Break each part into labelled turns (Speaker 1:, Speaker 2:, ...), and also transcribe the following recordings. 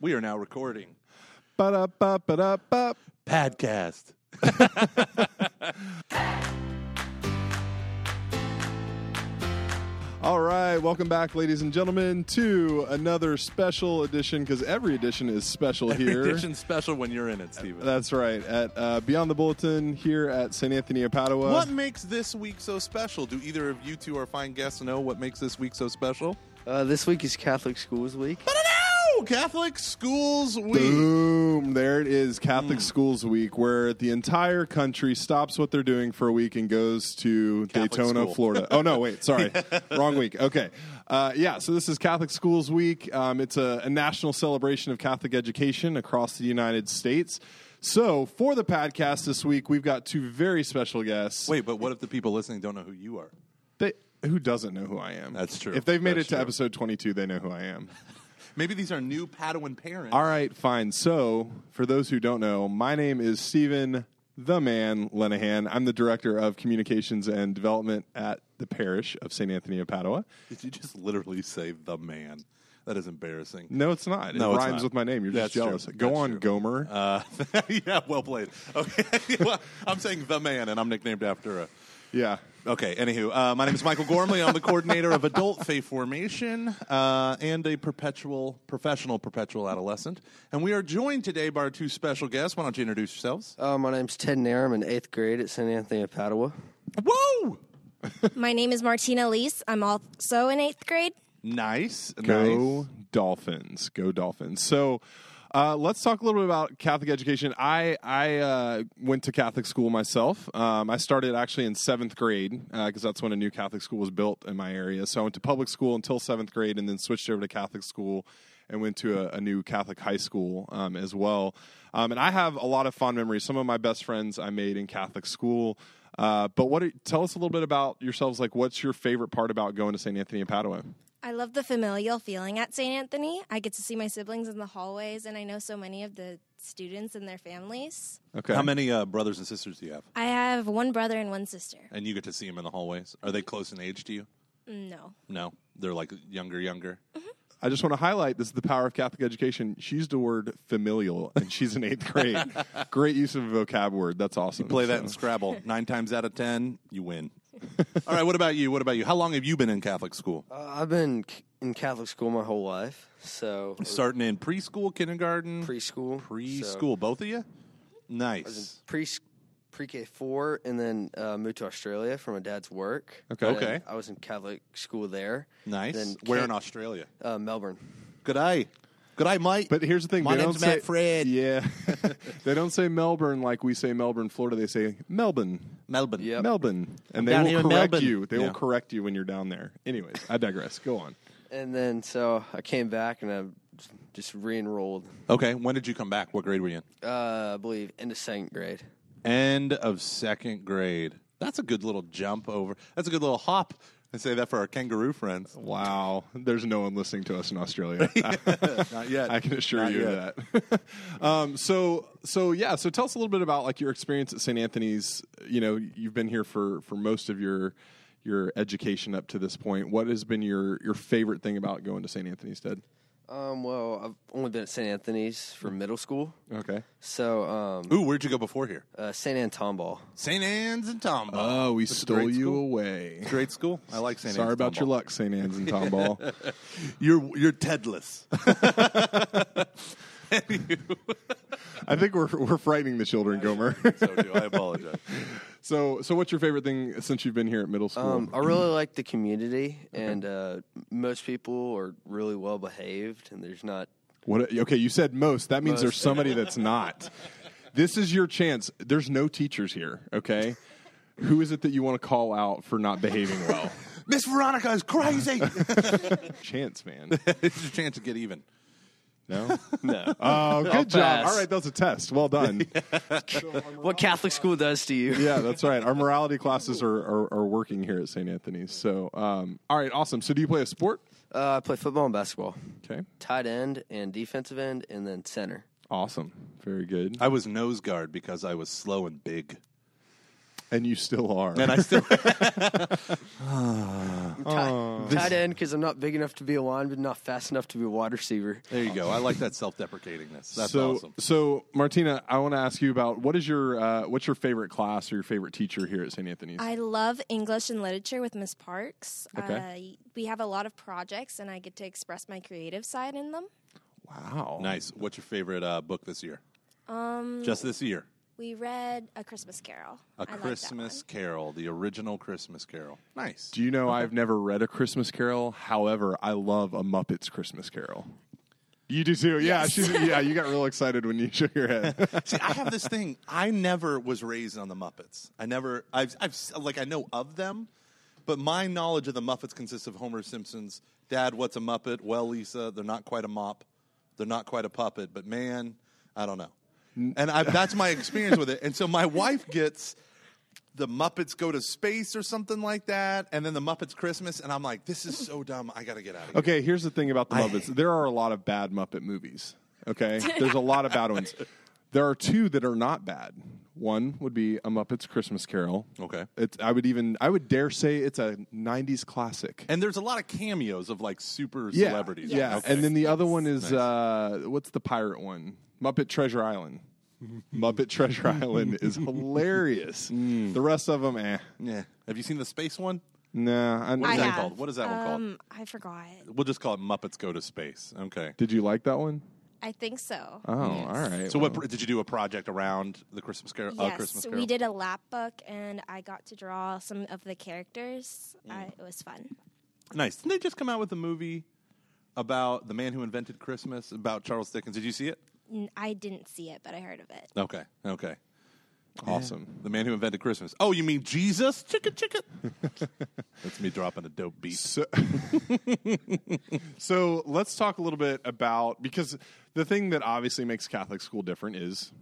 Speaker 1: We are now recording
Speaker 2: Ba-da-ba-ba-da-ba.
Speaker 1: podcast.
Speaker 2: All right, welcome back, ladies and gentlemen, to another special edition because every edition is special here.
Speaker 1: Edition special when you're in it, Steven.
Speaker 2: That's right, at uh, Beyond the Bulletin here at St. Anthony of Padua.
Speaker 1: what makes this week so special? Do either of you two, our fine guests, know what makes this week so special?
Speaker 3: Uh, this week is Catholic Schools Week.
Speaker 1: No, Catholic Schools Week.
Speaker 2: Boom! There it is,
Speaker 1: Hmm.
Speaker 2: Catholic Schools Week, where the entire country stops what they're doing for a week and goes to
Speaker 1: Catholic
Speaker 2: Daytona,
Speaker 1: school.
Speaker 2: Florida. Oh no, wait, sorry, wrong week. Okay, uh, yeah. So this is Catholic Schools Week. Um, it's a, a national celebration of Catholic education across the United States. So for the podcast this week, we've got two very special guests.
Speaker 1: Wait, but what if the people listening don't know who you are?
Speaker 2: They, who doesn't know who I am?
Speaker 1: That's true.
Speaker 2: If they've made
Speaker 1: That's
Speaker 2: it to
Speaker 1: true.
Speaker 2: episode twenty-two, they know who I am.
Speaker 1: Maybe these are new Padawan parents.
Speaker 2: All right, fine. So, for those who don't know, my name is Stephen the Man Lenahan. I'm the director of communications and development at the parish of St. Anthony of Padua.
Speaker 1: Did you just literally say the man? That is embarrassing.
Speaker 2: No, it's not. It
Speaker 1: No, it's
Speaker 2: rhymes
Speaker 1: not.
Speaker 2: with my name. You're
Speaker 1: That's
Speaker 2: just jealous.
Speaker 1: true.
Speaker 2: Go
Speaker 1: That's
Speaker 2: on,
Speaker 1: true.
Speaker 2: Gomer.
Speaker 1: Uh, yeah, well played. Okay, well, I'm saying the man, and I'm nicknamed after a.
Speaker 2: yeah.
Speaker 1: Okay, anywho, uh, my name is Michael Gormley. I'm the coordinator of adult faith formation uh, and a perpetual, professional, perpetual adolescent. And we are joined today by our two special guests. Why don't you introduce yourselves?
Speaker 3: Uh, my name's Ted Nair. I'm in eighth grade at St. Anthony of Padua.
Speaker 1: Whoa!
Speaker 4: My name is Martina Lees. I'm also in eighth grade.
Speaker 1: Nice.
Speaker 2: Go
Speaker 1: nice.
Speaker 2: Dolphins. Go Dolphins. So uh, let's talk a little bit about Catholic education. I, I uh, went to Catholic school myself. Um, I started actually in seventh grade because that's when a new Catholic school was built in my area. So I went to public school until seventh grade and then switched over to Catholic school and went to a, a new Catholic high school um, as well. Um, and I have a lot of fond memories. Some of my best friends I made in Catholic school. Uh, but what? Are, tell us a little bit about yourselves. Like, what's your favorite part about going to St. Anthony of Padua?
Speaker 4: I love the familial feeling at St. Anthony. I get to see my siblings in the hallways, and I know so many of the students and their families.
Speaker 2: Okay.
Speaker 1: How many uh, brothers and sisters do you have?
Speaker 4: I have one brother and one sister.
Speaker 1: And you get to see them in the hallways. Are they close in age to you?
Speaker 4: No.
Speaker 1: No. They're like younger, younger.
Speaker 2: I just want to highlight this is the power of Catholic education. She used the word familial, and she's in eighth grade. Great use of a vocab word. That's awesome.
Speaker 1: Play that in
Speaker 2: So,
Speaker 1: Scrabble. Nine times out of ten, you win. All right, what about you? What about you? How long have you been in Catholic school?
Speaker 3: Uh, I've been c- in Catholic school my whole life, so
Speaker 1: Starting in preschool, kindergarten,
Speaker 3: preschool,
Speaker 1: preschool. Both of you? Nice.
Speaker 3: pre pre K four, and then uh, moved to Australia for my dad's work.
Speaker 2: Okay.
Speaker 3: And
Speaker 1: Okay.
Speaker 3: I was in Catholic school there.
Speaker 1: Nice.
Speaker 3: Then
Speaker 1: Where
Speaker 3: Ca-
Speaker 1: in Australia?
Speaker 3: Uh, Melbourne.
Speaker 1: Good eye. Good eye, Mike.
Speaker 2: But here's the thing.
Speaker 1: My
Speaker 2: they
Speaker 1: name's
Speaker 2: don't say,
Speaker 1: Matt Fred.
Speaker 2: Yeah. they don't say Melbourne like we say Melbourne, Florida. They say Melbourne.
Speaker 1: Melbourne.
Speaker 3: Yep.
Speaker 2: Melbourne. And they
Speaker 1: down
Speaker 2: will
Speaker 1: here in
Speaker 2: correct
Speaker 1: Melbourne.
Speaker 2: you. They
Speaker 1: Yeah.
Speaker 2: will correct you when you're down there. Anyways, I digress. Go on.
Speaker 3: And then so I came back and I just re-enrolled.
Speaker 1: Okay. When did you come back? What grade were you
Speaker 3: Uh, I believe into second grade.
Speaker 1: in? End of second grade. That's a good little jump over. That's a good little hop. I say that for our kangaroo friends.
Speaker 2: Wow. There's no one listening to us in Australia.
Speaker 1: Not yet.
Speaker 2: I can assure
Speaker 1: Not
Speaker 2: you
Speaker 1: yet.
Speaker 2: of that. um, so, so yeah. So, tell us a little bit about like your experience at St. Anthony's. You know, you've been here for for most of your your education up to this point. What has been your your favorite thing about going to St. Anthony's, Ted?
Speaker 3: Um, well, I've only been at St. Anthony's for middle school,
Speaker 1: Oh.
Speaker 2: Okay.
Speaker 3: so um,
Speaker 1: Ooh, where'd you go before here?
Speaker 3: uh, St. Antomball.
Speaker 1: St. Anne's and Tombo.
Speaker 2: Oh, we
Speaker 1: a
Speaker 2: stole
Speaker 1: great
Speaker 2: you
Speaker 1: school.
Speaker 2: away.
Speaker 1: Great Uh, school. I like St.
Speaker 2: Sorry
Speaker 1: Anne's
Speaker 2: about your
Speaker 1: Tomball.
Speaker 2: luck, St. Anne's and Tomball.
Speaker 1: You're you're Tedless.
Speaker 2: I think we're we're frightening the children, Gomer.
Speaker 1: so do I apologize.
Speaker 2: so, so what's your favorite thing since you've been here at middle school?
Speaker 3: Um, I really like the community, and uh, most people are really well behaved, and there's not.
Speaker 2: What? Okay, you said most. That means
Speaker 3: Most.
Speaker 2: there's somebody that's not. This is your chance. There's no teachers here. Okay, who is it that you want to call out for not behaving well?
Speaker 1: Miss Veronica is crazy.
Speaker 2: chance, man.
Speaker 1: it's your chance to get even.
Speaker 2: No.
Speaker 3: No.
Speaker 2: Oh, good job.
Speaker 3: pass.
Speaker 2: All right, that was a test. Well done.
Speaker 3: what Catholic school does to you?
Speaker 2: yeah, that's right. Our morality classes are, are, are working here at St. Anthony's. So, um, all right, awesome. So, do you play a sport?
Speaker 3: Uh, I play football and basketball,
Speaker 2: Okay,
Speaker 3: tight end and defensive end, and then center.
Speaker 2: awesome. Very good.
Speaker 1: I was nose guard because I was slow and big.
Speaker 2: and you still are.
Speaker 1: And I still
Speaker 3: Tight, tight end because I'm not big enough to be a lineman, not fast enough to be a wide receiver.
Speaker 1: there you go. I like that self-deprecatingness. That's
Speaker 2: so,
Speaker 1: awesome.
Speaker 2: so Martina, I want to ask you about what is your uh, what's your favorite class or your favorite teacher here at St. Anthony's?
Speaker 4: I love English and literature with Miss Parks.
Speaker 2: Okay.
Speaker 4: Uh, we have a lot of projects, and I get to express my creative side in them.
Speaker 2: wow,
Speaker 1: Nice. What's your favorite uh, book this year? Um, just this year,
Speaker 4: We read A Christmas Carol.
Speaker 1: A
Speaker 4: I like that
Speaker 1: Christmas Carol, the original Christmas Carol. Nice.
Speaker 2: Do you know I've never read a Christmas Carol? However, I love a Muppets Christmas Carol. You do too, yeah. She's, yeah, you got real excited when you shook your head.
Speaker 1: See, I have this thing. I never was raised on the Muppets. I never, I've, I've, like, I know of them, but my knowledge of the Muppets consists of Homer Simpson's Dad, what's a Muppet? Well, Lisa, they're not quite a mop. They're not quite a puppet, but man, I don't know. And I, that's my experience with it. And so my wife gets the Muppets go to space or something like that, and then the Muppets Christmas, and I'm like, this is so dumb. I got to get out of here.
Speaker 2: Okay, here's the thing about the Muppets. There are a lot of bad Muppet movies. Okay, there's a lot of bad ones. There are two that are not bad. One would be a Muppets Christmas Carol.
Speaker 1: Okay.
Speaker 2: it's, I would even I would dare say it's a '90s classic.
Speaker 1: And there's a lot of cameos of like super
Speaker 2: yeah,
Speaker 1: celebrities.
Speaker 2: Yeah,
Speaker 1: Okay.
Speaker 2: and then the other one is uh, what's the pirate one? Muppet Treasure Island. Muppet Treasure Island is hilarious.
Speaker 1: Mm.
Speaker 2: The rest of them, eh?
Speaker 1: yeah. Have you seen the space one?
Speaker 2: Nah. I,
Speaker 1: What is
Speaker 4: I
Speaker 1: that
Speaker 4: have.
Speaker 1: called? What is that one called?
Speaker 4: Um, I forgot.
Speaker 1: We'll just call it Muppets Go to Space. Okay.
Speaker 2: Did you like that one?
Speaker 4: I think so.
Speaker 2: Oh, all right.
Speaker 1: So, what
Speaker 2: well.
Speaker 1: pr- did you do a project around the Christmas Carol?
Speaker 4: Yes,
Speaker 1: uh, Christmas Carol?
Speaker 4: we did a lap book, and I got to draw some of the characters.
Speaker 2: Mm.
Speaker 4: I, it was fun.
Speaker 1: Nice. Didn't they just come out with a movie about the man who invented Christmas about Charles Dickens? Did you see it?
Speaker 4: N- I didn't see it, but I heard of it.
Speaker 1: Okay. Okay.
Speaker 2: awesome?
Speaker 1: The man who invented Christmas. Oh, you mean Jesus? Chicka chicka. That's me dropping a dope beat.
Speaker 2: So, so let's talk a little bit about because the thing that obviously makes Catholic school different is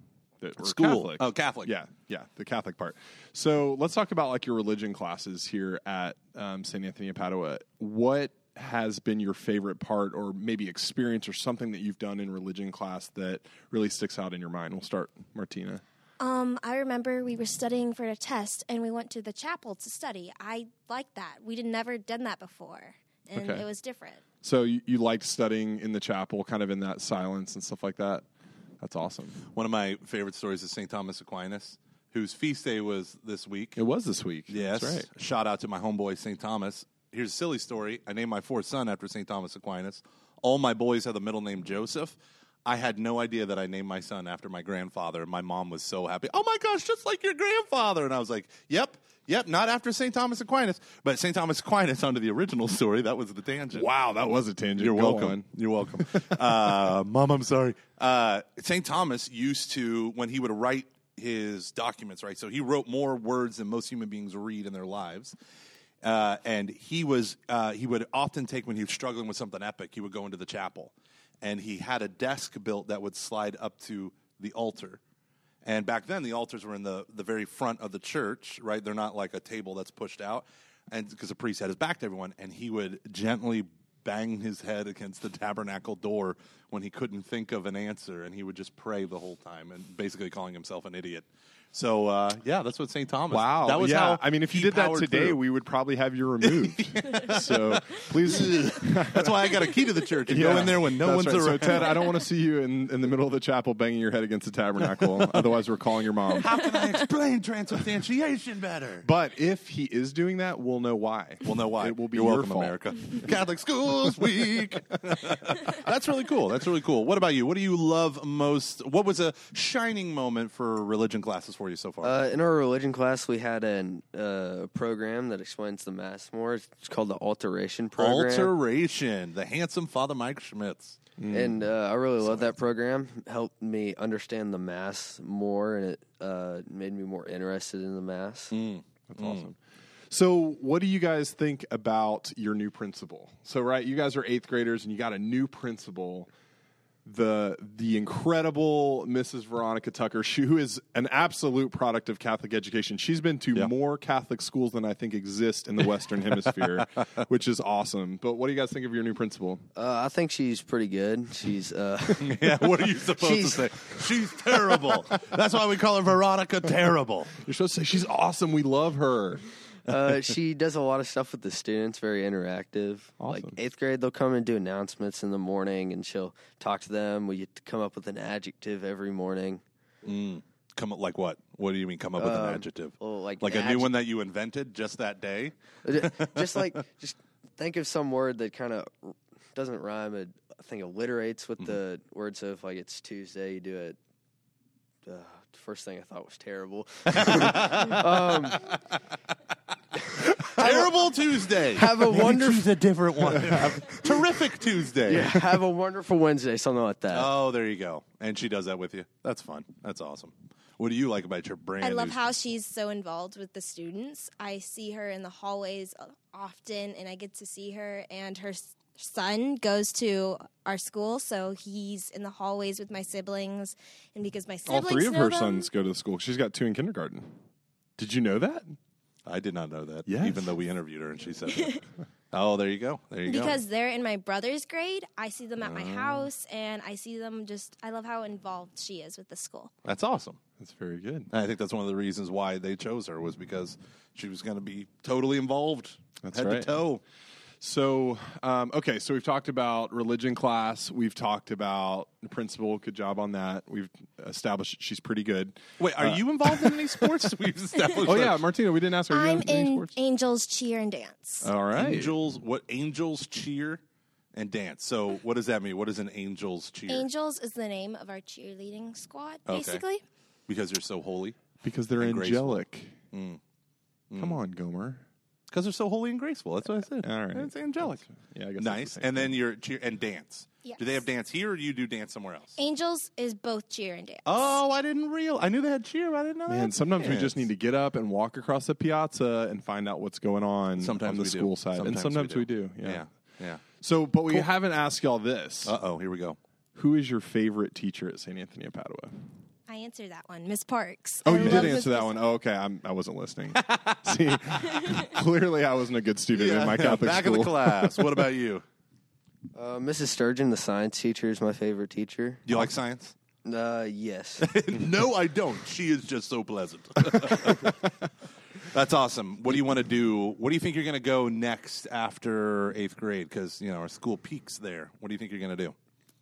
Speaker 2: that we're
Speaker 1: School.
Speaker 2: Catholic.
Speaker 1: Oh, Catholic.
Speaker 2: Yeah, yeah, the Catholic part. So let's talk about like your religion classes here at um, St. Anthony of Padua. What has been your favorite part, or maybe experience, or something that you've done in religion class that really sticks out in your mind? We'll start, Martina.
Speaker 4: Um, I remember we were studying for a test, and we went to the chapel to study. I liked that. We had never done that before, and
Speaker 2: Okay.
Speaker 4: it was different.
Speaker 2: So you, you liked studying in the chapel, kind of in that silence and stuff like that. That's awesome.
Speaker 1: One of my favorite stories is St. Thomas Aquinas, whose feast day was this week.
Speaker 2: It was this week.
Speaker 1: Yes.
Speaker 2: That's right.
Speaker 1: Shout out to my homeboy St. Thomas. Here's a silly story. I named my fourth son after St. Thomas Aquinas. All my boys had the middle name Joseph. I had no idea that I named my son after my grandfather. My mom was so happy. Oh my gosh, just like your grandfather. And I was like, yep, yep, not after St. Thomas Aquinas, but St. Thomas Aquinas onto the original story. That was the tangent.
Speaker 2: Wow, that was a tangent.
Speaker 1: You're
Speaker 2: Go
Speaker 1: welcome.
Speaker 2: on.
Speaker 1: You're welcome. uh, Mom, I'm sorry. Uh, St. Thomas used to, when he would write his documents, right? So he wrote more words than most human beings read in their lives. Uh, and he was, uh, he would often take when he was struggling with something epic, he would go into the chapel. And he had a desk built that would slide up to the altar. And back then, the altars were in the, the very front of the church, right? They're not like a table that's pushed out. And because the priest had his back to everyone, and he would gently bang his head against the tabernacle door when he couldn't think of an answer, and he would just pray the whole time, and basically calling himself an idiot. So uh, yeah, that's what St. Thomas.
Speaker 2: Wow.
Speaker 1: that was
Speaker 2: yeah.
Speaker 1: how
Speaker 2: I mean, if you
Speaker 1: he
Speaker 2: did that
Speaker 1: powered
Speaker 2: today,
Speaker 1: through.
Speaker 2: we would probably have you removed. so please
Speaker 1: that's why I got a key to the church and go in there when no
Speaker 2: That's
Speaker 1: one's
Speaker 2: right. So
Speaker 1: around.
Speaker 2: Ted, I don't want to see you in, in the middle of the chapel banging your head against the tabernacle. Otherwise, we're calling your mom.
Speaker 1: how can I explain transubstantiation better?
Speaker 2: But if he is doing that, we'll know why.
Speaker 1: We'll know why.
Speaker 2: It will be
Speaker 1: You're
Speaker 2: your
Speaker 1: welcome,
Speaker 2: fault.
Speaker 1: America. Catholic Schools Week. That's really cool. That's really cool. What about you? What do you love most? What was a shining moment for religion classes for you so far?
Speaker 3: Uh, in our religion class, we had an, uh, program that explains the mass more. It's called the Alteration Program.
Speaker 1: Alteration. The handsome Father Mike Schmitz.
Speaker 3: and uh, I really love that program. Helped me understand the mass more, and it uh, made me more interested in the mass.
Speaker 2: That's awesome. So, what do you guys think about your new principal? So, right, you guys are eighth graders and you got a new principal. the the incredible Mrs. Veronica Tucker, she, who is an absolute product of Catholic education. She's been to
Speaker 1: Yeah.
Speaker 2: more Catholic schools than I think exist in the Western Hemisphere, which is awesome. But what do you guys think of your new principal?
Speaker 3: Uh, I think she's pretty good. She's uh,
Speaker 1: Yeah, what are you supposed
Speaker 3: She's-
Speaker 1: to say? She's terrible. That's why we call her Veronica Terrible.
Speaker 2: You're supposed to say she's awesome. We love her.
Speaker 3: uh, she does a lot of stuff with the students. Very interactive. Like
Speaker 2: Awesome.
Speaker 3: eighth grade, they'll come and do announcements in the morning, and she'll talk to them. We get to come up with an adjective every morning.
Speaker 1: Come up like what? What do you mean? Come up with an adjective?
Speaker 3: well, like
Speaker 1: like a
Speaker 3: an
Speaker 1: new
Speaker 3: adj-
Speaker 1: one that you invented just that day?
Speaker 3: Ju- just like just think of some word that kind of doesn't rhyme it i think alliterates
Speaker 1: Mm-hmm.
Speaker 3: with the word so if like it's tuesday you do it uh, first thing i thought was terrible um,
Speaker 1: Terrible Tuesday.
Speaker 3: have a
Speaker 1: Choose
Speaker 3: wonderful
Speaker 1: a different one. Terrific Tuesday.
Speaker 3: have a wonderful wednesday something like that
Speaker 1: Oh, there you go. And she does that with you. That's fun. That's awesome. What do you like about your brand?
Speaker 4: I love
Speaker 1: new-
Speaker 4: how she's so involved with the students. I see her in the hallways uh, often, and I get to see her. And her s- son goes to our school, so he's in the hallways with my siblings. And because my
Speaker 2: All
Speaker 4: siblings
Speaker 2: three of
Speaker 4: know
Speaker 2: her
Speaker 4: them-
Speaker 2: sons go to the school. She's got two in kindergarten. Did you know that?
Speaker 1: I did not know that.
Speaker 2: Yes.
Speaker 1: Even though we interviewed her and she said, that. "Oh, there you go. There you go."
Speaker 4: because they're in my brother's grade, I see them at my
Speaker 1: Oh.
Speaker 4: house, and I see them just. I love how involved she is with the school.
Speaker 1: that's awesome.
Speaker 2: That's very good.
Speaker 1: And I think that's one of the reasons why they chose her was because she was going to be totally involved,
Speaker 2: That's
Speaker 1: head
Speaker 2: right.
Speaker 1: to toe.
Speaker 2: So, um, okay, so we've talked about religion class. We've talked about the principal. Good job on that. We've established she's pretty good.
Speaker 1: Wait, are you involved in any sports? We've established.
Speaker 2: Uh, Oh
Speaker 1: that.
Speaker 2: yeah, Martina, we didn't ask.
Speaker 1: Oh,
Speaker 2: Are you
Speaker 4: I'm
Speaker 2: in any
Speaker 4: in
Speaker 2: sports?
Speaker 4: Angels Cheer and Dance.
Speaker 2: All right.
Speaker 1: angels. What angels cheer and dance? So what does that mean? What is an angels cheer?
Speaker 4: Angels is the name of our cheerleading squad,
Speaker 1: Okay.
Speaker 4: basically.
Speaker 1: because they're so holy.
Speaker 2: Because they're
Speaker 1: And graceful.
Speaker 2: angelic.
Speaker 1: Mm.
Speaker 2: Come on, Gomer.
Speaker 1: Because they're so holy and graceful. That's what I said.
Speaker 2: All right.
Speaker 1: it's angelic.
Speaker 2: Yeah, I guess that's
Speaker 1: nice.
Speaker 2: the same
Speaker 1: and then you're cheer and dance. Do they
Speaker 4: Yes.
Speaker 1: have dance here, or do you do dance somewhere else?
Speaker 4: Angels is both cheer and dance.
Speaker 1: Oh, I didn't real. I knew they had cheer. but I didn't know.
Speaker 2: Man, sometimes we just need to get up and walk across the piazza and find out what's going on
Speaker 1: Sometimes
Speaker 2: on the
Speaker 1: we do.
Speaker 2: school side, and sometimes we do.
Speaker 1: Yeah. Yeah.
Speaker 2: So, but we haven't asked y'all this:
Speaker 1: Uh oh, here we go.
Speaker 2: Who is your favorite teacher at St. Anthony of Padua?
Speaker 4: I answered that one, Miss Parks.
Speaker 2: Oh,
Speaker 4: I
Speaker 2: you
Speaker 4: love
Speaker 2: did
Speaker 4: Miss
Speaker 2: answer that
Speaker 4: Parks.
Speaker 2: one. Oh, okay. I'm, I wasn't listening. See, clearly I wasn't a good student in my Catholic
Speaker 1: Back
Speaker 2: school.
Speaker 1: in the class. What about you?
Speaker 3: uh, mrs sturgeon the science teacher is my favorite teacher
Speaker 1: Do you like science?
Speaker 3: uh, yes
Speaker 1: no, I don't. She is just so pleasant. That's awesome. What do you want to do? What do you think you're going to go next after eighth grade? Because you know our school peaks there. What do you think you're going to do?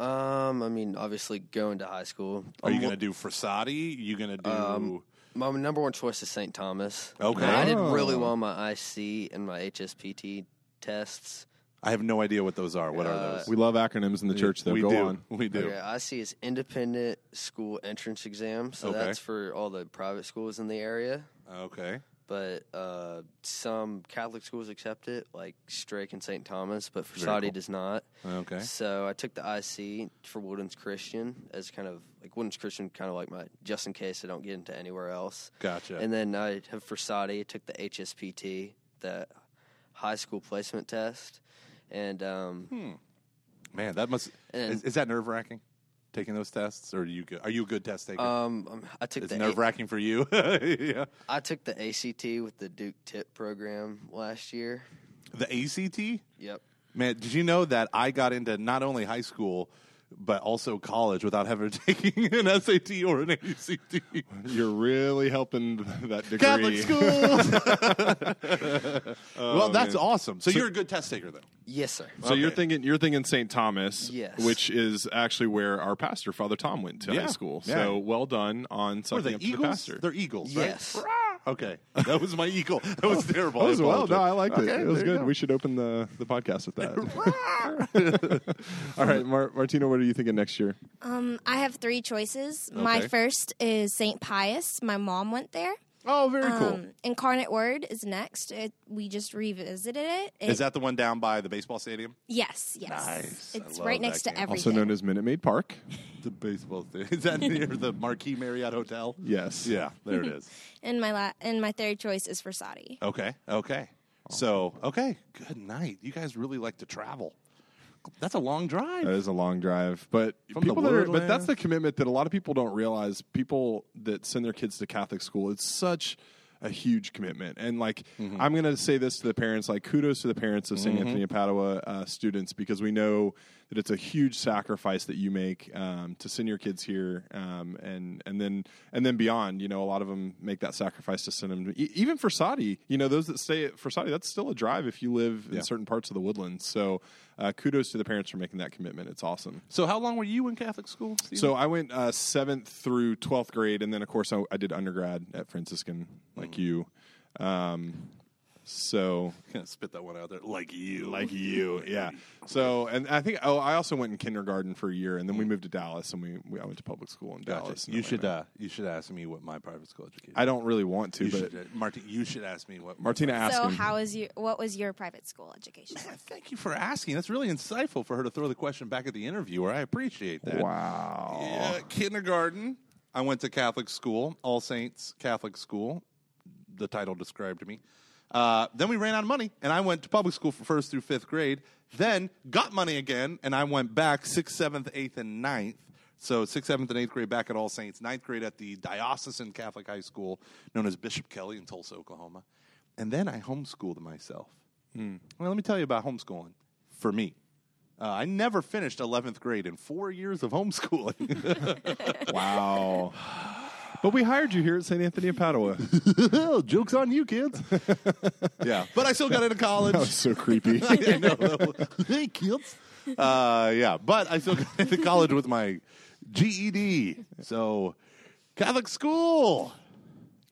Speaker 3: um i mean obviously going to high school
Speaker 1: Are
Speaker 3: Um,
Speaker 1: you going to do Frassati? You going to do?
Speaker 3: My number one choice is St. Thomas.
Speaker 1: Okay.
Speaker 3: I did
Speaker 2: Oh.
Speaker 3: really well on my IC and my HSPT tests.
Speaker 1: I have no idea what those are. What are
Speaker 3: Uh,
Speaker 1: those?
Speaker 2: We love acronyms in the church, though.
Speaker 1: we
Speaker 2: Go
Speaker 1: do.
Speaker 2: on.
Speaker 1: We do.
Speaker 3: Okay, IC is independent school entrance exam, so
Speaker 1: Okay.
Speaker 3: that's for all the private schools in the area.
Speaker 1: Okay.
Speaker 3: But uh, some Catholic schools accept it, like Strake and St. Thomas, but for
Speaker 1: Very
Speaker 3: Saudi
Speaker 1: cool.
Speaker 3: does not.
Speaker 1: Okay.
Speaker 3: So I took the IC for Woodlands Christian as kind of like Woodlands Christian, kind of like my just in case I don't get into anywhere else.
Speaker 1: Gotcha.
Speaker 3: And then I have for Saudi took the HSPT, the high school placement test, and um,
Speaker 1: Hmm. Man, that must
Speaker 3: And-
Speaker 1: is, is that nerve wracking? Taking those tests, or are you good? Are you a good test taker?
Speaker 3: um, um, I took
Speaker 1: it's
Speaker 3: the
Speaker 1: nerve wracking for you. yeah.
Speaker 3: A- I took the ACT with the Duke Tip program last year.
Speaker 1: The ACT.
Speaker 3: Yep.
Speaker 1: Man, did you know that I got into not only high school but also college without ever taking an SAT or an ACT?
Speaker 2: You're really helping that
Speaker 1: Catholic
Speaker 2: degree.
Speaker 1: schools. well,
Speaker 3: Oh,
Speaker 1: that's awesome. So, you're a good test taker, though.
Speaker 3: Yes, sir.
Speaker 2: So you're
Speaker 1: Okay.
Speaker 2: thinking you're thinking St. Thomas,
Speaker 3: Yes.
Speaker 2: which is actually where our pastor Father Tom went to
Speaker 1: Yeah.
Speaker 2: high school.
Speaker 1: Yeah.
Speaker 2: So well done on
Speaker 1: Were
Speaker 2: sucking
Speaker 1: they
Speaker 2: up to the
Speaker 1: Eagles?
Speaker 2: pastor.
Speaker 1: They're Eagles,
Speaker 3: Yes.
Speaker 1: right? Okay, that was my eagle. That was terrible.
Speaker 2: That was well.
Speaker 1: apologize.
Speaker 2: No, I liked
Speaker 1: Okay,
Speaker 2: it. It was
Speaker 1: there you
Speaker 2: good.
Speaker 1: go.
Speaker 2: We should open the, the podcast with that. All right, Mar- Martina, what are you thinking next year?
Speaker 4: Um, I have three choices. My
Speaker 1: Okay.
Speaker 4: first is St. Pius. My mom went there.
Speaker 1: Oh, very cool.
Speaker 4: Um, Incarnate Word is next. It, we just revisited it. It-
Speaker 1: Is that the one down by the baseball stadium?
Speaker 4: Yes, yes.
Speaker 1: Nice. I
Speaker 4: It's
Speaker 1: love
Speaker 4: right
Speaker 1: that
Speaker 4: next
Speaker 1: game.
Speaker 4: to
Speaker 1: Also
Speaker 4: everything.
Speaker 2: Also known as Minute Maid Park.
Speaker 1: The baseball stadium. Is that near the Marquis Marriott Hotel?
Speaker 2: Yes.
Speaker 1: Yeah, there it is.
Speaker 4: and my la- and my third choice is for Saudi.
Speaker 1: Okay. Okay. So, okay. Good night. You guys really like to travel. That's a long drive.
Speaker 2: That is a long drive, but
Speaker 1: From the
Speaker 2: people that are, but that's
Speaker 1: woodlands.
Speaker 2: the commitment that a lot of people don't realize. People that send their kids to Catholic school, it's such a huge commitment. And like,
Speaker 1: Mm-hmm.
Speaker 2: I'm going to say this to the parents: like, kudos to the parents of saint Anthony of Padua uh, students because we know that it's a huge sacrifice that you make um, to send your kids here, um, and and then and then beyond. You know, a lot of them make that sacrifice to send them. To, e- even for Saudi, you know, those that stay at for Saudi, that's still a drive if you live
Speaker 1: Yeah.
Speaker 2: in certain parts of the woodlands. So, uh, kudos to the parents for making that commitment. It's awesome.
Speaker 1: So how long were you in Catholic school? Stephen?
Speaker 2: So I went uh, seventh through twelfth grade, and then of course I, I did undergrad at Franciscan,
Speaker 1: Mm.
Speaker 2: like you. Um, so
Speaker 1: Gonna spit that one out there, like you,
Speaker 2: like you, yeah. So and I think oh I also went in kindergarten for a year, and then we moved to Dallas, and we, we I went to public school in
Speaker 1: Mm. Gotcha.
Speaker 2: Dallas. in
Speaker 1: You should
Speaker 2: Atlanta.
Speaker 1: uh, you should ask me what my private school education.
Speaker 2: I don't really want to,
Speaker 1: you
Speaker 2: but
Speaker 1: should, uh, Marti- you should ask me what
Speaker 2: Martina asked
Speaker 4: So
Speaker 2: me.
Speaker 4: how is you? What was your private school education?
Speaker 1: Yeah, Thank you for asking. That's really insightful for her to throw the question back at the interviewer. I appreciate that.
Speaker 2: wow.
Speaker 1: Yeah, kindergarten. I went to Catholic school, All Saints Catholic School. The title described me. Uh, then we ran out of money, and I went to public school for first through fifth grade. Then got money again, and I went back sixth, seventh, eighth, and ninth. So sixth, seventh, and eighth grade back at All Saints. Ninth grade at the diocesan Catholic high school known as Bishop Kelly in Tulsa, Oklahoma. And then I homeschooled myself. Well, let me tell you about homeschooling for me. Uh, I never finished 11th grade in four years of homeschooling.
Speaker 2: Wow. But we hired you here at St. Anthony of Padua.
Speaker 1: Oh, joke's on you, kids. yeah, but I still got into college.
Speaker 2: that was so creepy.
Speaker 1: I know. hey, kids. Uh, yeah, but I still got into college with my GED. So, Catholic school.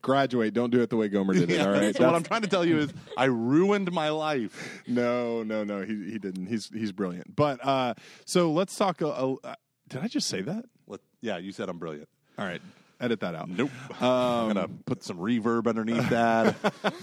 Speaker 2: Graduate. Don't do it the way Gomer did it.
Speaker 1: Yeah.
Speaker 2: All right.
Speaker 1: So what
Speaker 2: That's-
Speaker 1: I'm trying to tell you is, I ruined my life.
Speaker 2: No, no, no. He he didn't. He's he's brilliant. But uh, so let's talk. A, a, uh, did I just say that?
Speaker 1: What- Yeah, you said I'm brilliant.
Speaker 2: All right, edit that out.
Speaker 1: Nope. Um, I'm gonna put some reverb underneath that.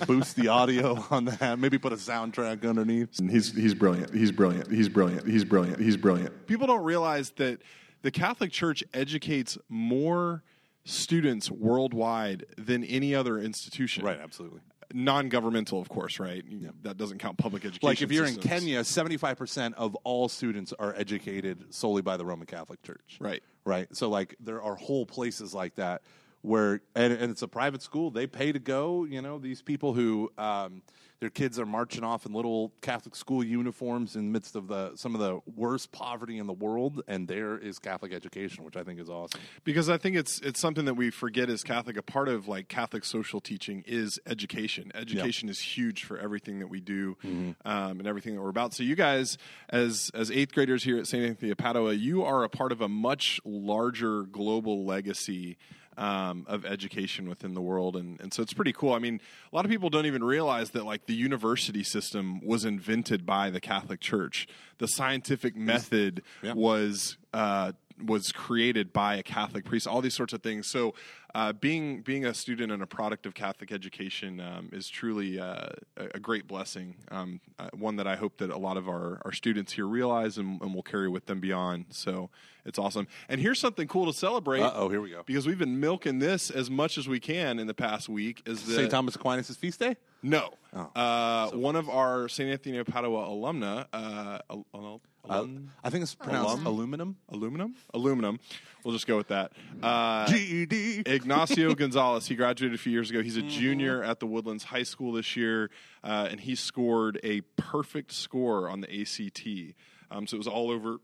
Speaker 1: boost the audio on that. Maybe put a soundtrack underneath.
Speaker 2: And He's he's brilliant. He's brilliant. He's brilliant. He's brilliant. He's brilliant. People don't realize that the Catholic Church educates more students worldwide than any other institution.
Speaker 1: Right. Absolutely.
Speaker 2: Non-governmental, of course. Right. That doesn't count public education.
Speaker 1: Like if you're in
Speaker 2: systems.
Speaker 1: Kenya, 75% of all students are educated solely by the Roman Catholic Church.
Speaker 2: Right.
Speaker 1: Right. So like there are whole places like that where and, and it's a private school, they pay to go, you know, these people who um, their kids are marching off in little Catholic school uniforms in the midst of the some of the worst poverty in the world and there is Catholic education, which I think is awesome.
Speaker 2: because I think it's it's something that we forget as Catholic. A part of like Catholic social teaching is education. Education is huge for everything that we do um, and everything that we're about. So you guys, as as eighth graders here at Saint Anthony of Padua, you are a part of a much larger global legacy. Um, of education within the world, and, and so it's pretty cool. I mean, a lot of people don't even realize that like the university system was invented by the Catholic Church. The scientific method
Speaker 1: Yeah.
Speaker 2: was uh, was created by a Catholic priest. All these sorts of things. So, uh, being being a student and a product of Catholic education um, is truly uh, a a great blessing. Um, uh, one that I hope that a lot of our, our students here realize and, and will carry with them beyond. So it's awesome. And here's something cool to celebrate.
Speaker 1: Uh-oh, here we go.
Speaker 2: Because we've been milking this as much as we can in the past week. Is the
Speaker 1: St. Thomas Aquinas' feast day?
Speaker 2: No. uh, one of our St. Anthony of Padua alumna, uh, al- al- alum-
Speaker 1: I think it's pronounced aluminum.
Speaker 2: aluminum aluminum we'll just go with that uh,
Speaker 1: GED.
Speaker 2: ignacio gonzalez he graduated a few years ago he's a junior at the woodlands high school this year uh, and he scored a perfect score on the act um, so it was all over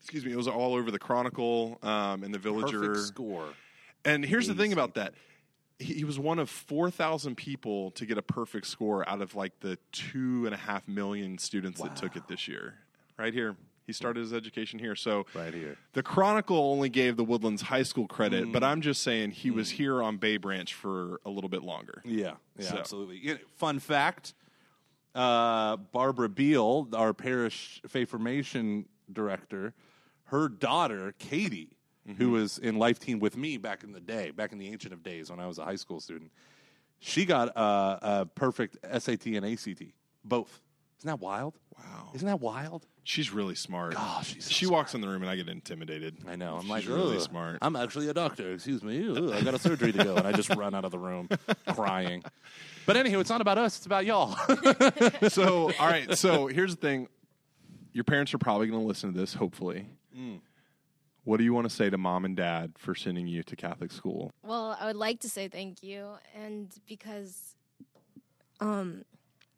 Speaker 2: excuse me it was all over the chronicle um, and the villager
Speaker 1: Perfect score.
Speaker 2: and here's the thing about that. He he was one of 4,000 people to get a perfect score out of like the two and a half million students that took it this year. Right here. He started his education here. So,
Speaker 1: Right here. Mm.
Speaker 2: The Chronicle only gave the Woodlands High School credit, but I'm just saying he was here on Bay Branch for a little bit longer.
Speaker 1: Yeah, yeah,
Speaker 2: So-
Speaker 1: absolutely. Yeah, fun fact: uh, Barbara Beal, our parish formation director, her daughter Katie, who was in Life Team with me back in the day, back in the ancient of days when I was a high school student, she got uh, a perfect SAT and ACT, both. Isn't that wild?
Speaker 2: Wow.
Speaker 1: Isn't that wild?
Speaker 2: She's really smart.
Speaker 1: Oh, she's so
Speaker 2: she walks in the room and I get intimidated.
Speaker 1: I know. I'm
Speaker 2: She's
Speaker 1: like,
Speaker 2: really
Speaker 1: "Ugh,
Speaker 2: smart.
Speaker 1: I'm actually a doctor. Excuse me. Ugh, I got a surgery to go, and I just run out of the room crying. But anyhow, it's not about us. It's about y'all.
Speaker 2: so, all right. So, here's the thing. your parents are probably going to listen to this, hopefully.
Speaker 1: Mm.
Speaker 2: What do you want to say to mom and dad for sending you to Catholic school?
Speaker 4: Well, I would like to say thank you, and because um,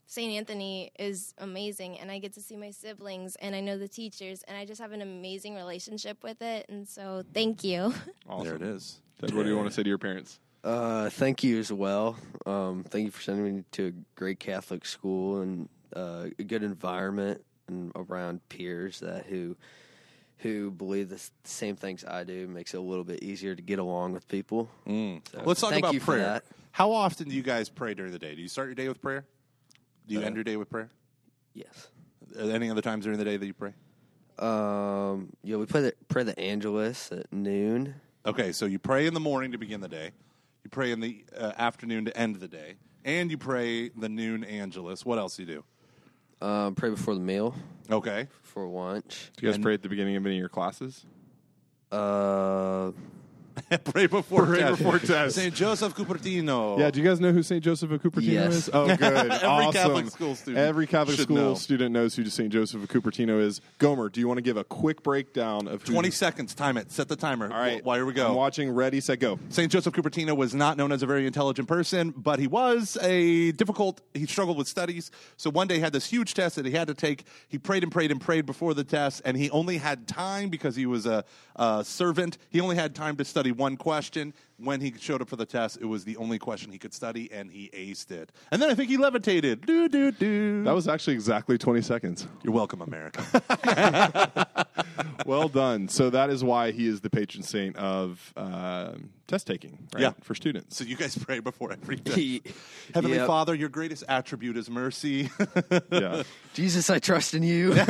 Speaker 4: St. Anthony is amazing, and I get to see my siblings, and I know the teachers, and I just have an amazing relationship with it, and so thank you.
Speaker 2: Awesome.
Speaker 1: There it is.
Speaker 2: Ted, what do you want to say to your parents?
Speaker 3: Uh, thank you as well. Um, thank you for sending me to a great Catholic school and uh, a good environment and around peers that who who believe the s- same things I do makes it a little bit easier to get along with people. So,
Speaker 1: Let's talk
Speaker 3: thank
Speaker 1: about
Speaker 3: you for
Speaker 1: prayer.
Speaker 3: that.
Speaker 1: How often do you guys pray during the day? Do you start your day with prayer? Do
Speaker 3: Uh,
Speaker 1: you end your day with prayer?
Speaker 3: Yes.
Speaker 1: Are there any other times during the day that you pray?
Speaker 3: Um, yeah, we play the, pray the Angelus at noon.
Speaker 1: Okay, so you pray in the morning to begin the day, you pray in the uh, afternoon to end the day, and you pray the noon Angelus. What else do you do?
Speaker 3: Um, pray before the meal,
Speaker 1: Okay,
Speaker 3: before lunch.
Speaker 2: Do you guys pray at the beginning of any of your classes?
Speaker 3: Uh,
Speaker 1: pray before
Speaker 2: Pray
Speaker 1: test.
Speaker 2: before test.
Speaker 1: St. Joseph Cupertino.
Speaker 2: Yeah, do you guys know who St. Joseph of Cupertino
Speaker 3: Yes.
Speaker 2: is? Oh, good. Every awesome.
Speaker 1: Catholic school student
Speaker 2: Every Catholic
Speaker 1: should
Speaker 2: school
Speaker 1: know.
Speaker 2: student knows who St. Joseph of Cupertino is. Gomer, do you want to give a quick breakdown of who?
Speaker 1: twenty seconds. Time it. Set the timer.
Speaker 2: All right.
Speaker 1: Well, here we
Speaker 2: I'm
Speaker 1: go.
Speaker 2: watching. Ready, set, go.
Speaker 1: St. Joseph Cupertino was not known as a very intelligent person, but he was a difficult, he struggled with studies. So one day he had this huge test that he had to take. He prayed and prayed and prayed before the test, and he only had time because he was a, a servant. He only had time to study one question. When he showed up for the test, it was the only question he could study, and he aced it. And then I think he levitated. Doo, doo, doo.
Speaker 2: That was actually exactly 20 seconds.
Speaker 1: You're welcome, America.
Speaker 2: Well done. So that is why he is the patron saint of um test taking, right?
Speaker 1: Yeah.
Speaker 2: For students.
Speaker 1: so you guys pray before every
Speaker 3: he-
Speaker 1: test. Heavenly
Speaker 3: yep.
Speaker 1: Father, your greatest attribute is mercy.
Speaker 2: yeah.
Speaker 3: Jesus, I trust in you.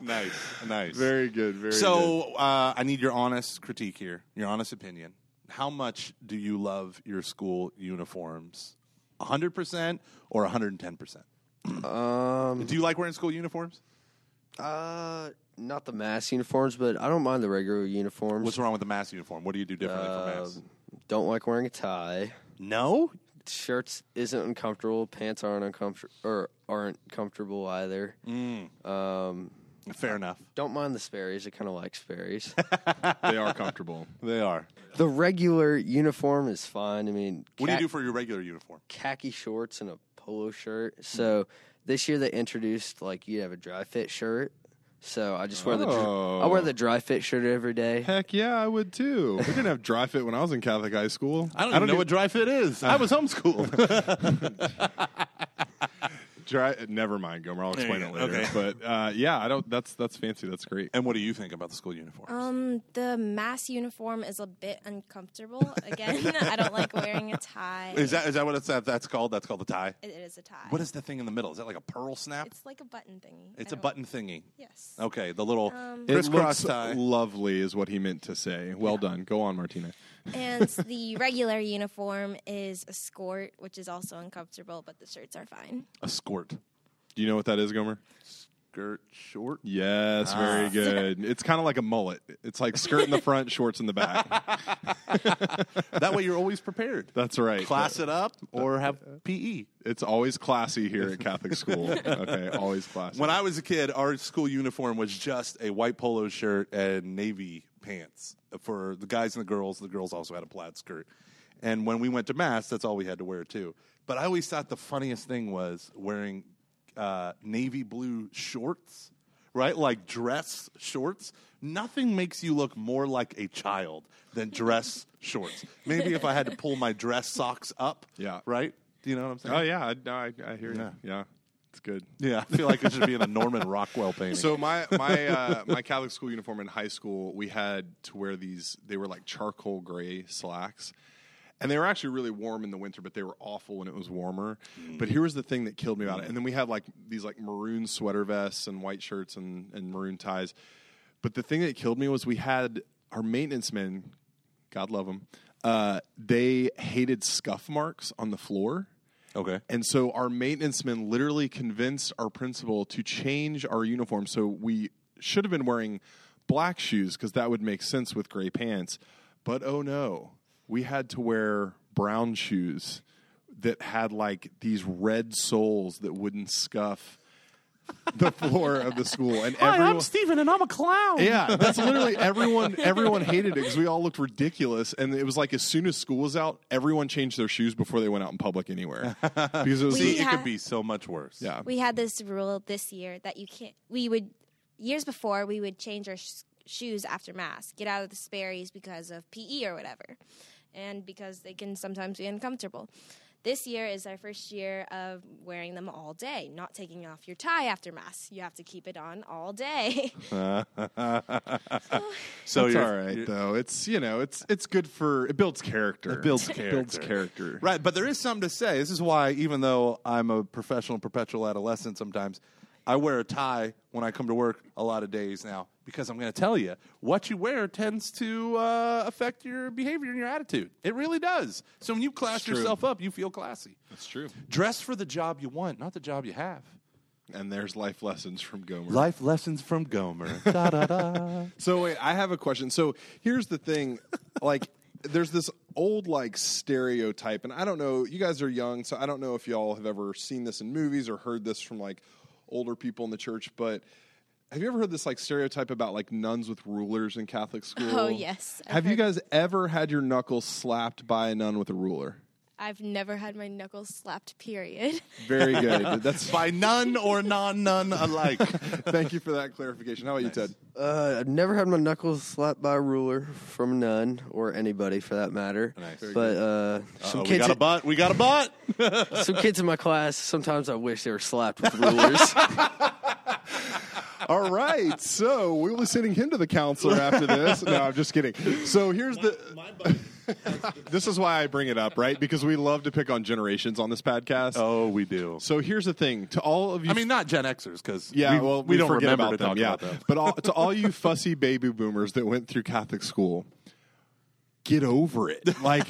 Speaker 1: nice, nice.
Speaker 2: Very good. Very good.
Speaker 1: So uh, I need your honest critique here, your honest opinion. How much do you love your school uniforms? 100% or 110%?
Speaker 3: um,
Speaker 1: Do you like wearing school uniforms?
Speaker 3: uh, not the mass uniforms, but I don't mind the regular uniforms.
Speaker 1: What's wrong with the mass uniform? What do you do differently from mass?
Speaker 3: Um, don't like wearing a tie.
Speaker 1: Uh, No?
Speaker 3: Shirts isn't uncomfortable. Pants aren't uncomfortable or aren't comfortable either.
Speaker 1: Mm.
Speaker 3: Um,
Speaker 1: Fair enough.
Speaker 3: don't mind the Sperry's. I kind of like Sperry's.
Speaker 2: they are comfortable.
Speaker 1: They are.
Speaker 3: the regular uniform is fine. I mean,
Speaker 1: What do
Speaker 3: kha-
Speaker 1: you do for your regular uniform?
Speaker 3: khaki shorts and a polo
Speaker 1: Mm.
Speaker 3: shirt. So this year they introduced like you have a dry fit shirt. So I just wear the
Speaker 2: Oh.
Speaker 3: dr- I wear the dry fit shirt every day.
Speaker 2: Heck yeah, I would too. We didn't have dry fit when I was in Catholic high school.
Speaker 1: know what dry fit is. I was homeschooled.
Speaker 2: Dry. Never mind, Gomer. I'll
Speaker 1: There you
Speaker 2: explain it
Speaker 1: go.
Speaker 2: later.
Speaker 1: Okay.
Speaker 2: But uh, yeah, I don't. That's that's fancy. That's great.
Speaker 1: and what do you think about the school uniforms?
Speaker 4: Um, the mass uniform is a bit uncomfortable. Again, I don't like wearing a tie.
Speaker 1: is that is that what it's that, that's called? That's called the tie.
Speaker 4: It is a tie.
Speaker 1: What is the thing in the middle? Is that like a pearl snap? It's,
Speaker 4: It's like a button thingy. I
Speaker 1: a
Speaker 4: don't-
Speaker 1: button thingy.
Speaker 4: Yes.
Speaker 1: Okay, the little
Speaker 4: Um,
Speaker 2: It
Speaker 1: crisscross
Speaker 2: looks
Speaker 1: tie.
Speaker 2: Lovely is what he meant to say. Well done. Go on, Martina.
Speaker 4: and the regular uniform is a skirt, which is also uncomfortable, but the shirts are fine.
Speaker 1: a skirt.
Speaker 2: Do you know what that is, Gomer?
Speaker 1: Skirt short.
Speaker 2: Yes,
Speaker 1: Ah.
Speaker 2: very good. It's kind of like a mullet. It's like skirt in the front, shorts in the back.
Speaker 1: That way you're always prepared.
Speaker 2: That's right.
Speaker 1: Class it up or have E. PE.
Speaker 2: It's always classy here at Catholic school. Okay, always classy.
Speaker 1: When I was a kid, our school uniform was just a white polo shirt and navy pants for the guys and the girls. The girls also had a plaid skirt. And when we went to mass, that's all we had to wear too. But I always thought the funniest thing was wearing uh, navy blue shorts, right? Like dress shorts. Nothing makes you look more like a child than dress shorts. Maybe if I had to pull my dress socks up,
Speaker 2: Yeah.
Speaker 1: right? Do you know what I'm saying?
Speaker 2: oh yeah, I, no, I, I hear you.
Speaker 1: Yeah.
Speaker 2: Yeah. it's good.
Speaker 1: Yeah, I feel like it should be in a Norman Rockwell painting.
Speaker 2: So my my uh, my Catholic school uniform in high school, we had to wear these. They were like charcoal gray slacks, and they were actually really warm in the winter, but they were awful when it was warmer. But here was the thing that killed me about it. And then we had like these like maroon sweater vests and white shirts and and maroon ties. But the thing that killed me was we had our maintenance men, God love them. Uh, they hated scuff marks on the floor.
Speaker 1: okay.
Speaker 2: And so our maintenance men literally convinced our principal to change our uniform. So we should have been wearing black shoes because that would make sense with gray pants. But oh no, we had to wear brown shoes that had like these red soles that wouldn't scuff. the floor of the school, and
Speaker 5: Hi,
Speaker 2: everyone.
Speaker 5: I'm Steven and I'm a clown.
Speaker 2: yeah, that's literally everyone. Everyone hated it because we all looked ridiculous, and it was like as soon as school was out, everyone changed their shoes before they went out in public anywhere because it was
Speaker 1: See,
Speaker 4: We
Speaker 1: it
Speaker 4: ha-
Speaker 1: could be so much worse.
Speaker 2: yeah.
Speaker 4: We had this rule this year that you can't. We would years before we would change our sh- shoes after mass, get out of the Sperry's because of PE or whatever, and because they can sometimes be uncomfortable. This year is our first year of wearing them all day, not taking off your tie after mass. You have to keep it on all day.
Speaker 1: So
Speaker 2: It's
Speaker 1: you're
Speaker 2: all right though. It's you know, it's it's good for it builds character. It
Speaker 1: builds
Speaker 2: builds character.
Speaker 1: Right, but there is something to say. This is why, even though I'm a professional perpetual adolescent sometimes, I wear a tie when I come to work a lot of days now because I'm going to tell you what you wear tends to uh, affect your behavior and your attitude. It really does. So when you class
Speaker 2: true.
Speaker 1: yourself up, you feel classy.
Speaker 2: That's true.
Speaker 1: Dress for the job you want, not the job you have.
Speaker 2: And there's life lessons from Gomer.
Speaker 1: Life lessons from Gomer. da, da, da.
Speaker 2: So wait, I have a question. So here's the thing, like there's this old like stereotype, and I don't know. You guys are young, so I don't know if y'all have ever seen this in movies or heard this from like older people in the church, but. Have you ever heard this like stereotype about like nuns with rulers in Catholic school?
Speaker 4: Oh, yes. I've
Speaker 2: have you
Speaker 4: heard-
Speaker 2: guys ever had your knuckles slapped by a nun with a ruler?
Speaker 4: I've never had my knuckles slapped. Period.
Speaker 2: Very good. That's
Speaker 1: By none or non none alike.
Speaker 2: Thank you for that clarification. How about you, Ted?
Speaker 3: Uh, I've never had my knuckles slapped by a ruler from none or anybody for that matter.
Speaker 1: Nice. Very
Speaker 3: But uh, some
Speaker 1: Uh-oh, Oh, we
Speaker 3: kids,
Speaker 1: got a butt. We got a butt.
Speaker 3: some kids in my class. Sometimes I wish they were slapped with rulers. Uh,
Speaker 2: All right, so we'll be sending him to the counselor after this. No, I'm just kidding. So here's the. this is why I bring it up, right? Because we love to pick on generations on this podcast.
Speaker 1: Oh, we do.
Speaker 2: So here's the thing to all of you.
Speaker 1: I mean, not Gen Xers, because
Speaker 2: yeah,
Speaker 1: we,
Speaker 2: well,
Speaker 1: we, don't
Speaker 2: forget
Speaker 1: remember
Speaker 2: about
Speaker 1: to
Speaker 2: them.
Speaker 1: talk
Speaker 2: yeah,
Speaker 1: about them.
Speaker 2: but all, to all you fussy baby boomers that went through Catholic school, get over it. Like,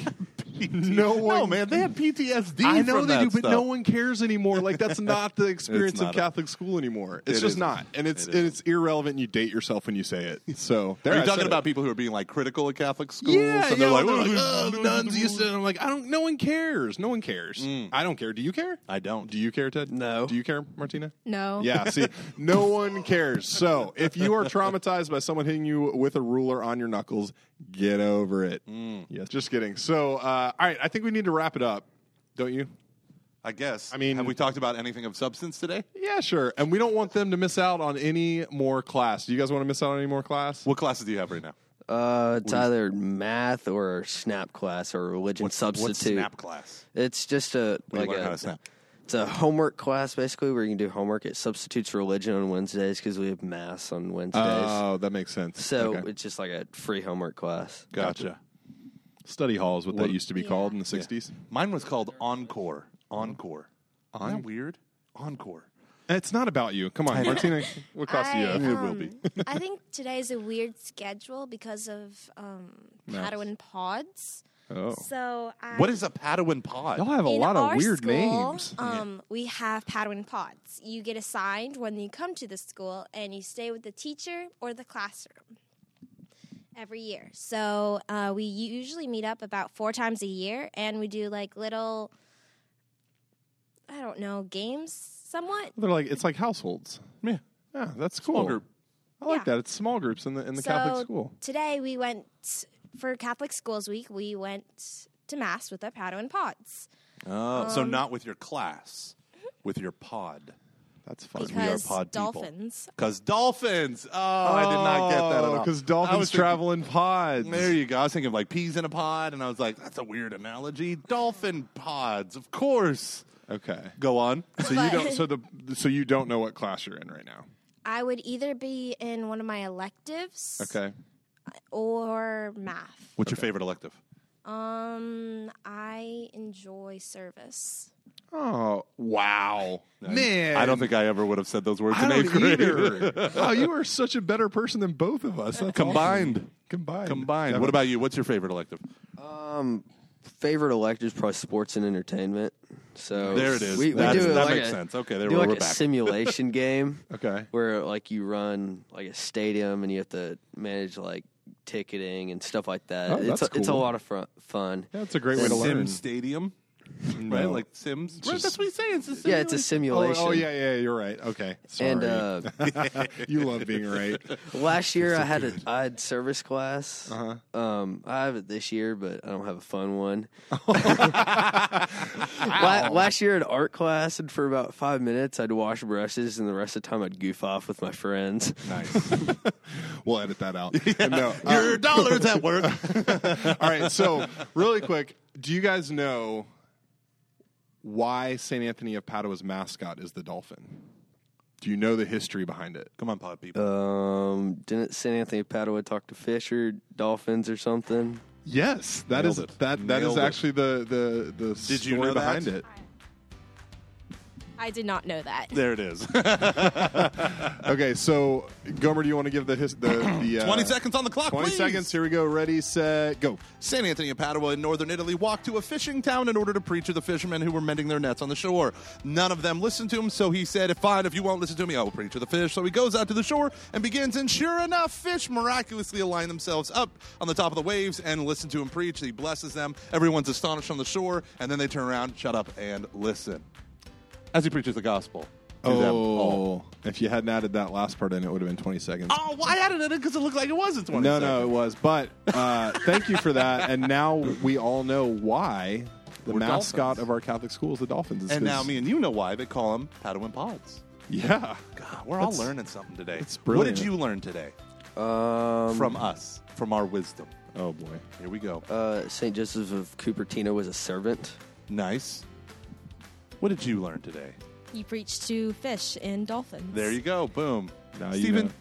Speaker 2: no one.
Speaker 1: No, man, they had PTSD.
Speaker 2: I know
Speaker 1: from
Speaker 2: they
Speaker 1: that
Speaker 2: do, but
Speaker 1: stuff.
Speaker 2: no one cares anymore. Like that's not the experience
Speaker 1: not
Speaker 2: of
Speaker 1: a-
Speaker 2: Catholic school anymore. It's
Speaker 1: It
Speaker 2: just
Speaker 1: isn't.
Speaker 2: not, and it's
Speaker 1: It
Speaker 2: and it's irrelevant. You date yourself when you say it. So there
Speaker 1: Are
Speaker 2: I
Speaker 1: you talking
Speaker 2: said
Speaker 1: about
Speaker 2: it.
Speaker 1: people who are being like critical of Catholic schools?
Speaker 2: Yeah,
Speaker 1: and they're like,
Speaker 2: oh, the nuns used to. And I'm like, I don't. No one cares. No one cares. I don't care. Do you care?
Speaker 1: I don't.
Speaker 2: Do you care, Ted?
Speaker 3: No.
Speaker 2: Do you care, Martina?
Speaker 4: No.
Speaker 2: Yeah, see, no one cares. So if you are traumatized by someone hitting you with a ruler on your knuckles, get over it. Yes. Just kidding. So, uh, all right, I think we need to wrap it up, don't you?
Speaker 1: I guess. I
Speaker 2: mean-
Speaker 1: have we talked about anything of substance today?
Speaker 2: Yeah, sure. And we don't want them to miss out on any more class. Do you guys want to miss out on any more class?
Speaker 1: What classes do you have right now?
Speaker 3: uh, it's either math or snap class or religion
Speaker 1: What's
Speaker 3: substitute.
Speaker 1: snap class?
Speaker 3: It's just a
Speaker 1: We
Speaker 3: like
Speaker 1: learn
Speaker 3: a,
Speaker 1: how to snap.
Speaker 3: it's a homework class basically where you can do homework. It substitutes religion on Wednesdays because we have mass on Wednesdays.
Speaker 1: Uh,
Speaker 2: Oh, that makes sense.
Speaker 3: so
Speaker 2: Okay.
Speaker 3: it's just like a free homework class.
Speaker 1: Gotcha.
Speaker 2: study hall is what, that used to be
Speaker 4: Yeah.
Speaker 2: called in the 60s.
Speaker 1: Mine was called Encore. Encore. Isn't that weird? Encore.
Speaker 2: And it's not about you. Come on, Martina, what class do you
Speaker 4: I,
Speaker 2: have?
Speaker 1: will be.
Speaker 4: um, I think today is a weird schedule because of um,
Speaker 2: Mass.
Speaker 4: Padawan pods.
Speaker 2: Oh.
Speaker 4: So I,
Speaker 1: What is a Padawan pod?
Speaker 2: Y'all have a
Speaker 4: um, in
Speaker 2: lot of
Speaker 4: our
Speaker 2: weird
Speaker 4: school,
Speaker 2: names.
Speaker 4: Um, We have Padawan pods. You get assigned when you come to the school, and you stay with the teacher or the classroom every year. So uh, we usually meet up about four times a year, and we do like little, I don't know, games somewhat.
Speaker 2: They're like it's like households.
Speaker 1: Yeah.
Speaker 2: Yeah, that's cool.
Speaker 1: group.
Speaker 2: I like
Speaker 4: Yeah.
Speaker 2: that. It's small groups in the in the Catholic school.
Speaker 4: Today we went for Catholic Schools Week. We went to mass with our Padawan pods
Speaker 1: Oh, so not with your class, with your pod.
Speaker 2: That's fun.
Speaker 4: because
Speaker 1: pod people.
Speaker 4: dolphins.
Speaker 1: Because dolphins. Oh, I did not get that at all.
Speaker 2: Because
Speaker 1: I was
Speaker 2: Oh, dolphins
Speaker 1: thinking-
Speaker 2: travel in pods.
Speaker 1: There you go. I was thinking of like peas in a pod, and I was like, that's a weird analogy. Dolphin pods, of course.
Speaker 2: Okay.
Speaker 1: Go on.
Speaker 2: So you don't. So the so you don't know what class you're in right now.
Speaker 4: I would either be in one of my electives
Speaker 2: Okay.
Speaker 4: or math.
Speaker 1: What's your favorite elective?
Speaker 4: Um, I enjoy service.
Speaker 2: Oh wow, man!
Speaker 1: I don't think I ever would have said those words
Speaker 2: I
Speaker 1: in eighth
Speaker 2: don't
Speaker 1: grade.
Speaker 2: either. wow, you are such a better person than both of us. That's
Speaker 1: Combined.
Speaker 2: awesome. combined,
Speaker 1: Combined. What about you? What's your favorite elective?
Speaker 3: Um, favorite elective is probably sports and entertainment. So
Speaker 1: There it is.
Speaker 3: We, we
Speaker 1: That's-
Speaker 3: do it
Speaker 1: that
Speaker 3: like
Speaker 1: makes
Speaker 3: a-
Speaker 1: sense. Okay, there
Speaker 3: do
Speaker 1: we're,
Speaker 3: like
Speaker 1: we're
Speaker 3: a
Speaker 1: back.
Speaker 3: simulation game
Speaker 2: Okay.
Speaker 3: where like you run like a stadium and you have to manage like ticketing and stuff like that.
Speaker 2: Oh,
Speaker 3: it's
Speaker 2: that's
Speaker 3: a, it's a
Speaker 2: cool.
Speaker 3: lot of fun. fun.
Speaker 2: That's a great way to
Speaker 1: Sim
Speaker 2: learn. Oh,
Speaker 1: Stadium. right?
Speaker 2: No.
Speaker 1: Like Sims.
Speaker 2: It's
Speaker 1: Right,
Speaker 2: just-
Speaker 1: that's what he's saying. It's a simulation.
Speaker 3: Yeah, it's a
Speaker 2: Oh,
Speaker 3: simulation.
Speaker 2: oh, yeah, yeah, you're right. Okay, sorry.
Speaker 3: And uh,
Speaker 2: you love being right.
Speaker 3: last year I had a I had service class.
Speaker 2: Uh-huh.
Speaker 3: Um, I have it this year, but I don't have a fun one.
Speaker 2: Wow.
Speaker 3: La- last year I had art class, and for about five minutes I'd wash brushes, and the rest of the time I'd goof off with my friends.
Speaker 2: Nice. we'll edit that out. No, uh,
Speaker 1: Your dollars at work.
Speaker 2: all right. So, really quick, do you guys know why St. Anthony of Padua's mascot is the dolphin? Do you know the history behind it?
Speaker 1: Come on, pod people.
Speaker 3: Um, didn't St. Anthony of Padua talk to fish or dolphins or something?
Speaker 2: Yes, that
Speaker 1: Nailed
Speaker 2: is
Speaker 1: it.
Speaker 2: that that is
Speaker 1: Nailed it.
Speaker 2: actually the the the
Speaker 1: Did
Speaker 2: story
Speaker 1: you know that?
Speaker 2: behind it.
Speaker 4: I did not know that.
Speaker 1: there it is.
Speaker 2: Okay, so Gomer, do you want to give the his, the, the uh,
Speaker 1: 20 seconds on the clock,
Speaker 2: Twenty
Speaker 1: please.
Speaker 2: seconds. Here we go. Ready, set, go.
Speaker 1: St. Anthony of Padua in northern Italy walked to a fishing town in order to preach to the fishermen who were mending their nets on the shore. None of them listened to him, so he said, "If Fine, if you won't listen to me, I will preach to the fish. So he goes out to the shore and begins, and sure enough, fish miraculously align themselves up on the top of the waves and listen to him preach. He blesses them. Everyone's astonished on the shore, and then they turn around, shut up, and listen. As he preaches the gospel to them all.
Speaker 2: Oh, if you hadn't added that last part in, it would have been twenty seconds.
Speaker 1: Oh, why added it because it looked like it wasn't 20
Speaker 2: No,
Speaker 1: seconds.
Speaker 2: no, it was. But uh, thank you for that. And now we all know why the
Speaker 1: We're
Speaker 2: mascot
Speaker 1: dolphins.
Speaker 2: of our Catholic school is the Dolphins. It's
Speaker 1: And
Speaker 2: 'cause-
Speaker 1: now me and you know why they call them Padawan Pods.
Speaker 2: Yeah.
Speaker 1: God, we're all
Speaker 2: That's-
Speaker 1: learning something today.
Speaker 2: that's
Speaker 1: What
Speaker 2: brilliant.
Speaker 1: did you learn today
Speaker 3: Um,
Speaker 1: from us, from our wisdom?
Speaker 2: Oh, boy.
Speaker 1: Here we go.
Speaker 3: uh, St. Joseph of Cupertino was a servant.
Speaker 1: nice. What did you learn today?
Speaker 5: You preach to fish and dolphins.
Speaker 1: There you go. Boom.
Speaker 2: Now you
Speaker 1: Steven,
Speaker 2: know.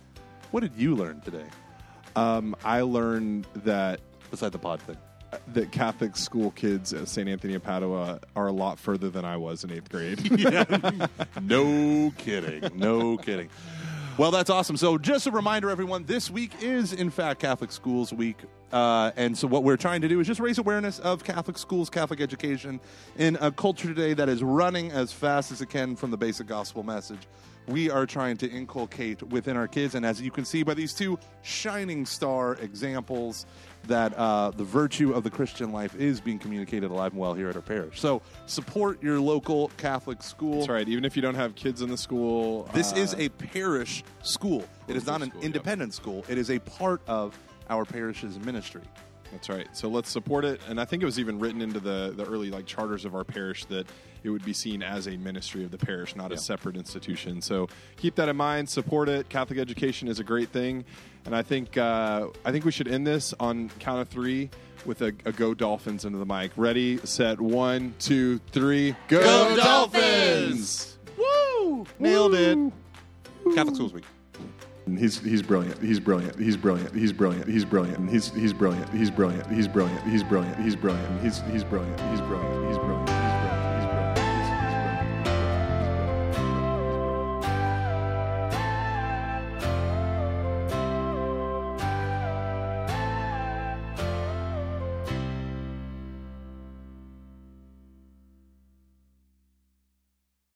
Speaker 1: what did you learn today?
Speaker 2: Um, I learned that
Speaker 1: Beside the pod thing.
Speaker 2: that Catholic school kids at St. Anthony of Padua are a lot further than I was in eighth grade.
Speaker 1: no kidding. No kidding. Well, that's awesome. So, just a reminder, everyone, this week is, in fact, Catholic Schools Week. Uh, and so, what we're trying to do is just raise awareness of Catholic schools, Catholic education in a culture today that is running as fast as it can from the basic gospel message. We are trying to inculcate within our kids. And as you can see by these two shining star examples, that uh, the virtue of the Christian life is being communicated alive and well here at our parish. So, support your local Catholic school.
Speaker 2: That's right. Even if you don't have kids in the school,
Speaker 1: This
Speaker 2: uh,
Speaker 1: is a parish school. It is not an
Speaker 2: school, yeah.
Speaker 1: independent school. It is a part of our parish's ministry.
Speaker 2: That's right. So let's support it. And I think it was even written into the, the early like charters of our parish that it would be seen as a ministry of the parish, not a
Speaker 1: Yeah.
Speaker 2: separate institution. So keep that in mind. Support it. Catholic education is a great thing. And I think uh, I think we should end this on count of three with a, a go Dolphins into the mic. Ready, set, one, two, three, go,
Speaker 1: Go
Speaker 2: Dolphins!
Speaker 1: Woo! Nailed it. Catholic Schools Week.
Speaker 2: And He's he's brilliant. He's brilliant. He's brilliant. He's brilliant. He's brilliant. And He's he's brilliant. He's brilliant. He's brilliant. He's brilliant. He's brilliant. He's he's brilliant. He's brilliant. He's brilliant. He's brilliant.